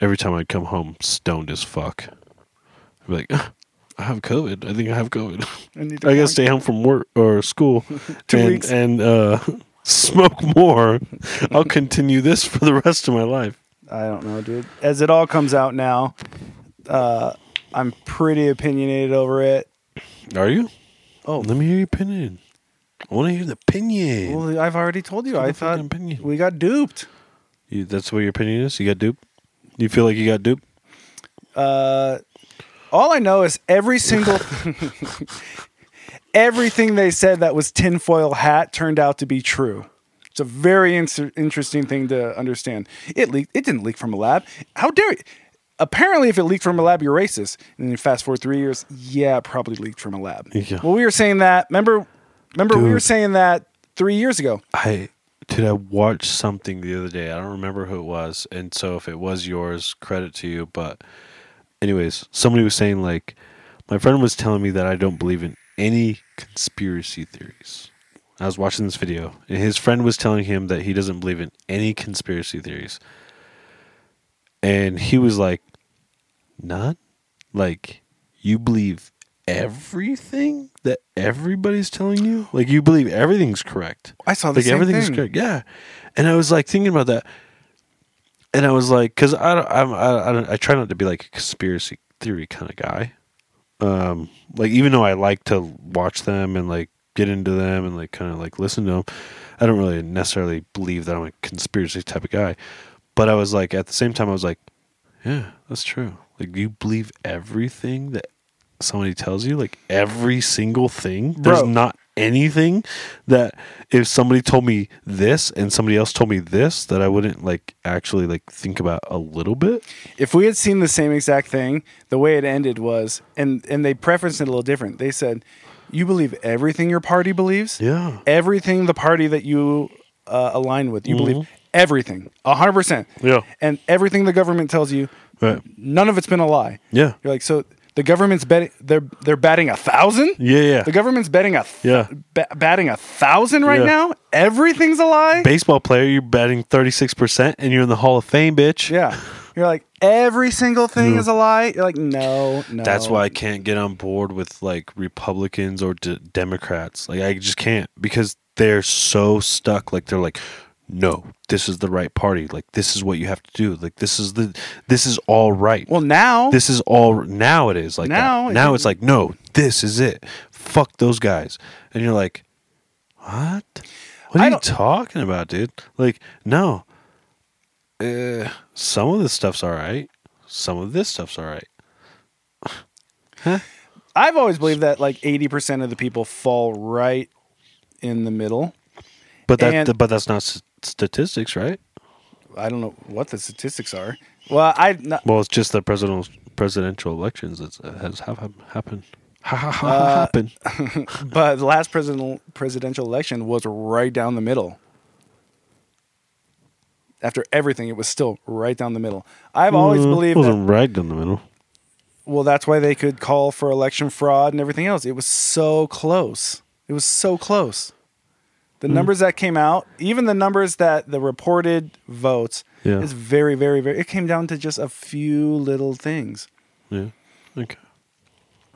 Every time I'd come home stoned as fuck. I'd be like, "Ah, I have COVID. I think I have COVID. [laughs] I need to I gotta find- stay home from work or school [laughs] Two and, weeks. and uh, [laughs] smoke more. I'll continue this for the rest of my life. I don't know, dude. As it all comes out now, uh, I'm pretty opinionated over it. Are you? Oh. let me hear your opinion. I want to hear the opinion. Well, I've already told you. I Let's get thought an opinion. we got duped. you, that's what your opinion is. You got duped. You feel like you got duped. Uh, all I know is every [laughs] single everything they said that was tinfoil hat turned out to be true. It's a very in- interesting thing to understand. It leaked. It didn't leak from a lab. How dare you? Apparently, if it leaked from a lab, you're racist. And then you fast forward three years. Yeah, it probably leaked from a lab. Yeah. Well, we were saying that. Remember, remember, we Dude. were saying that three years ago. I did. I watch something the other day. I don't remember who it was, and so if it was yours, credit to you. But, anyways, somebody was saying like, my friend was telling me that I don't believe in any conspiracy theories. I was watching this video, and his friend was telling him that he doesn't believe in any conspiracy theories, and he was like, "None? Like, you believe everything that everybody's telling you? Like, you believe everything's correct?" I saw the like same everything's thing. correct. Yeah, and I was like thinking about that, and I was like, because I don't, I'm, I, I don't, I try not to be like a conspiracy theory kind of guy. Um, like even though I like to watch them and like get into them and like kind of like listen to them. I don't really necessarily believe that I'm a conspiracy type of guy, but I was like at the same time I was like, yeah, that's true. Like you believe everything that somebody tells you, like every single thing. There's Bro. not anything that if somebody told me this and somebody else told me this that I wouldn't like actually like think about a little bit. If we had seen the same exact thing, the way it ended was, and and they preferenced it a little different. They said, "You believe everything your party believes. Yeah. everything the party that you uh, align with. You believe everything, hundred percent. Mm-hmm. Yeah. and everything the government tells you, Right. none of it's been a lie. Yeah. You're like, so the government's betting they're they're batting a thousand. Yeah, yeah. The government's betting a th- Yeah. ba- batting a thousand right Yeah. now. Everything's a lie. Baseball player, you're batting 36% and you're in the Hall of Fame, bitch. yeah, you're like every single thing is a lie. You're like, no, no. That's why I can't get on board with like Republicans or d- Democrats. Like I just can't because they're so stuck. Like they're like, no, this is the right party. Like this is what you have to do. Like this is the this is all right. Well, now this is all now. It is like Now that. it now is- it's like no, this is it. Fuck those guys. And you're like, what? What I are you don't- talking about, dude? Like no. Uh, some of this stuff's all right. Some of this stuff's all right. I've always believed that like eighty percent of the people fall right in the middle. But that, And- but that's not s- statistics, right? I don't know what the statistics are. Well, I no, Well, it's just the presidential presidential elections that has have happened. Ha ha Uh, ha happened. but the last presidential presidential election was right down the middle. After everything, it was still right down the middle. I've always believed that, Uh, Mm, wasn't right down the middle. well, that's why they could call for election fraud and everything else. It was so close. It was so close. Mm. The numbers that came out, even the numbers that the reported votes, Yeah. is very, very, very. It came down to just a few little things. Yeah. Okay.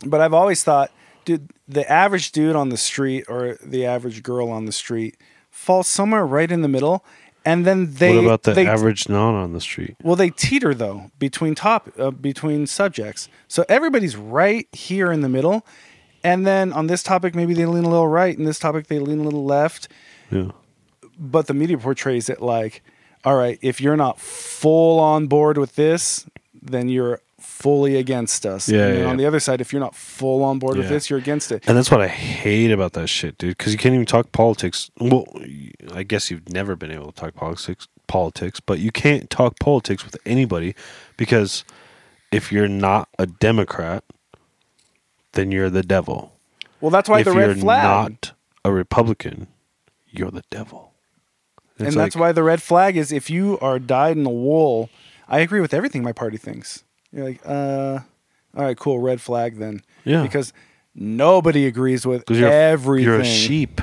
but I've always thought, dude, the average dude on the street or the average girl on the street falls somewhere right in the middle, and then they what about the they, average non on the street? Well, they teeter though between top uh, between subjects, so everybody's right here in the middle, and then on this topic maybe they lean a little right, and this topic they lean a little left, Yeah. but the media portrays it like, all right, if you're not full on board with this, then you're fully against us. Yeah, and then yeah, on yeah. the other side, if you're not full on board with Yeah. this, you're against it. And that's what I hate about that shit, dude. Because you can't even talk politics. Well, I guess you've never been able to talk politics, politics, but you can't talk politics with anybody because if you're not a Democrat, then you're the devil. Well, that's why if the you're red flag, not a Republican, you're the devil. and that's why the red flag is if you are dyed in the wool. I agree with everything my party thinks. You're like, uh, all right, cool, red flag then. Yeah. Because nobody agrees with because you're everything. You're a sheep.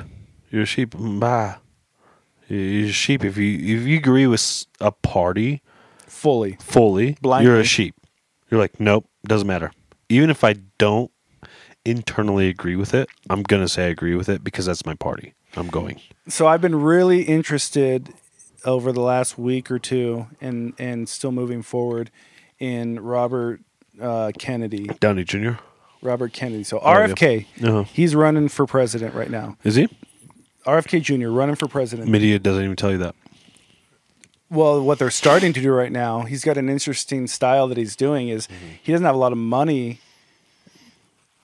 You're a sheep. Bah. You're a sheep. If you if you agree with s- a party fully. fully, Blindly. you're a sheep. You're like, nope, doesn't matter. Even if I don't internally agree with it, I'm gonna say I agree with it because that's my party. I'm going. So I've been really interested over the last week or two, and and still moving forward in Robert uh, Kennedy. Downey Jr. Robert Kennedy. So yeah. RFK, Uh-huh. he's running for president right now. Is he? RFK Jr. running for president. Media doesn't even tell you that. well what they're starting to do right now he's got an interesting style that he's doing is Mm-hmm. he doesn't have a lot of money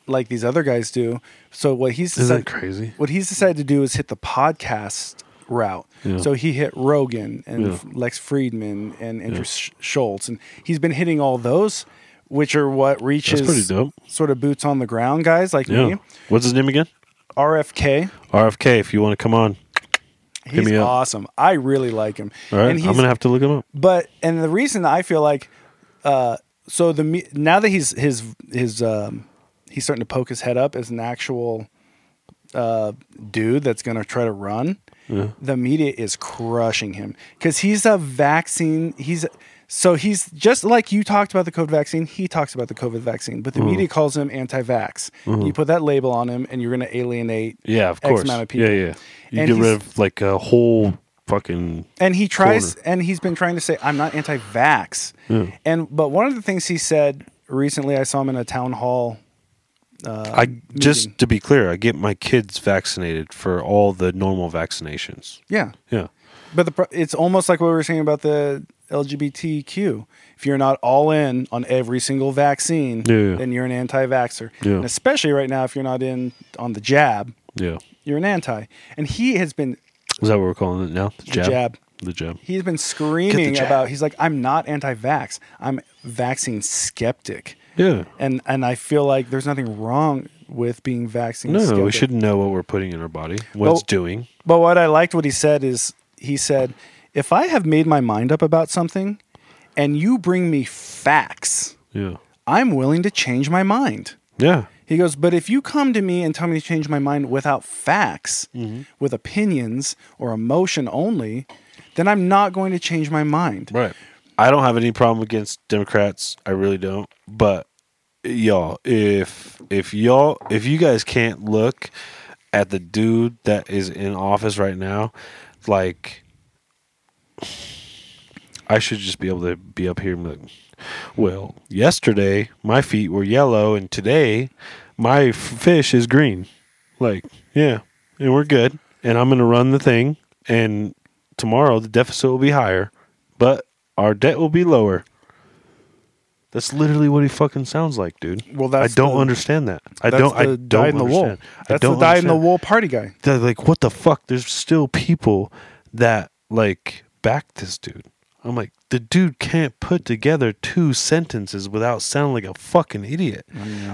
like these other guys do so what he's Isn't decide- that crazy? what he's decided to do is hit the podcast route Yeah. so he hit rogan and Yeah. lex friedman and andrew Sch- schultz and he's been hitting all those which are what reaches pretty dope. sort of boots on the ground guys like Yeah. me What's his name again? rfk RFK, if you want to come on. he's me up. awesome i really like him All right, and I'm he's gonna have to look him up. but and the reason I feel like uh so the me- now that he's his his um he's starting to poke his head up as an actual uh dude that's going to try to run the media is crushing him cuz he's a vaccine he's so he's just like you talked about the COVID vaccine. He talks about the COVID vaccine, but the media calls him anti-vax. You put that label on him, and you're going to alienate. Yeah, of X course. amount of people. Yeah, yeah. You And get rid he's- Uh, of like a whole fucking. and he tries Corner. and he's been trying to say i'm not anti-vax and but one of the things he said recently i saw him in a town hall Uh, I meeting. just to be clear, I get my kids vaccinated for all the normal vaccinations. yeah, Yeah. but the, pro- it's almost like what we were saying about the LGBTQ. If you're not all in on every single vaccine, Yeah. then you're an anti-vaxer. Yeah. And especially right now, if you're not in on the jab, Yeah. you're an anti. And he has been Is that what we're calling it now? The jab. jab. The jab. he's been screaming jab. about. He's like, I'm not anti-vax. I'm vaccine skeptic. Yeah. And and I feel like there's nothing wrong with being vaccine. No, skeptic. we should know what we're putting in our body, what it's Well- doing. But what I liked what he said is he said, if I have made my mind up about something and you bring me facts, Yeah. I'm willing to change my mind. Yeah. He goes, but if you come to me and tell me to change my mind without facts, Mm-hmm. with opinions or emotion only, then I'm not going to change my mind. Right. I don't have any problem against Democrats. I really don't. But y'all, if if y'all if you guys can't look at the dude that is in office right now, like I should just be able to be up here and be like, well, yesterday my feet were yellow and today my f- fish is green. Like, yeah, and we're good. And I'm going to run the thing. And tomorrow the deficit will be higher, but our debt will be lower. That's literally what he fucking sounds like, dude. Well, that's I don't the- understand that. I That's don't. I the don't die in the wool. understand. I That's don't the die in the understand wool party guy. they're like, what the fuck? There's still people that like back this dude. I'm like, the dude can't put together two sentences without sounding like a fucking idiot.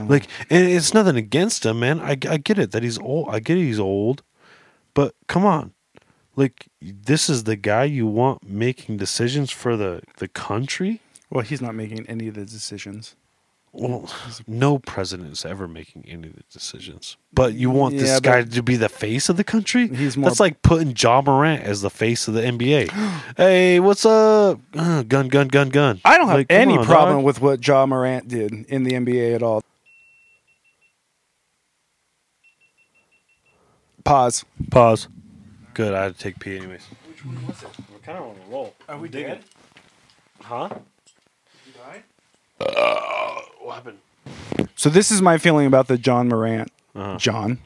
Like, and it's nothing against him, man. I, I get it that he's old. I get he's old, but come on, like this is the guy you want making decisions for the the country. Well, he's not making any of the decisions. Well, no president is ever making any of the decisions. But you want Yeah, this guy to be the face of the country? He's more- That's like putting Ja Morant as the face of [gasps] the NBA. hey, what's up? Uh, gun, gun, gun, gun. I don't have Like, come any on, problem dog. with what Ja Morant did in the NBA at all. Pause. Pause. Good, I had to take pee anyways. Which one was it? We're kind of on a roll. Are we Digging. dead? Huh? What happened? So this is my feeling about the John Morant. Uh-huh. John.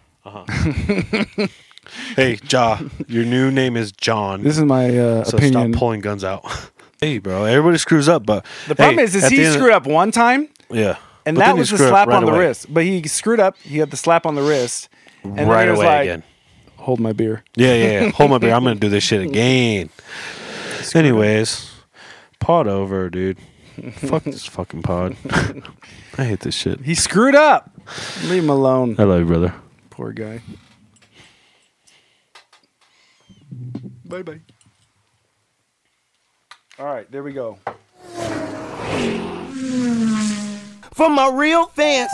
Hey, [laughs] Ja, your new name is John. This is my uh, so opinion. stop pulling guns out. [laughs] hey, bro, everybody screws up, but the problem is, is he screwed up one time, Yeah. and But that then he was the screwed up slap right on the away. wrist. But he screwed up. He had the slap on the wrist, and then right he was away like, again. "Hold my beer." Yeah, yeah, yeah. Hold my beer. I'm gonna do this shit again. Anyways, pod over, dude. Fuck this fucking pod. [laughs] I hate this shit. He screwed up. Leave him alone, I love you, brother. poor guy. Bye bye. All right, there we go. For my real fans.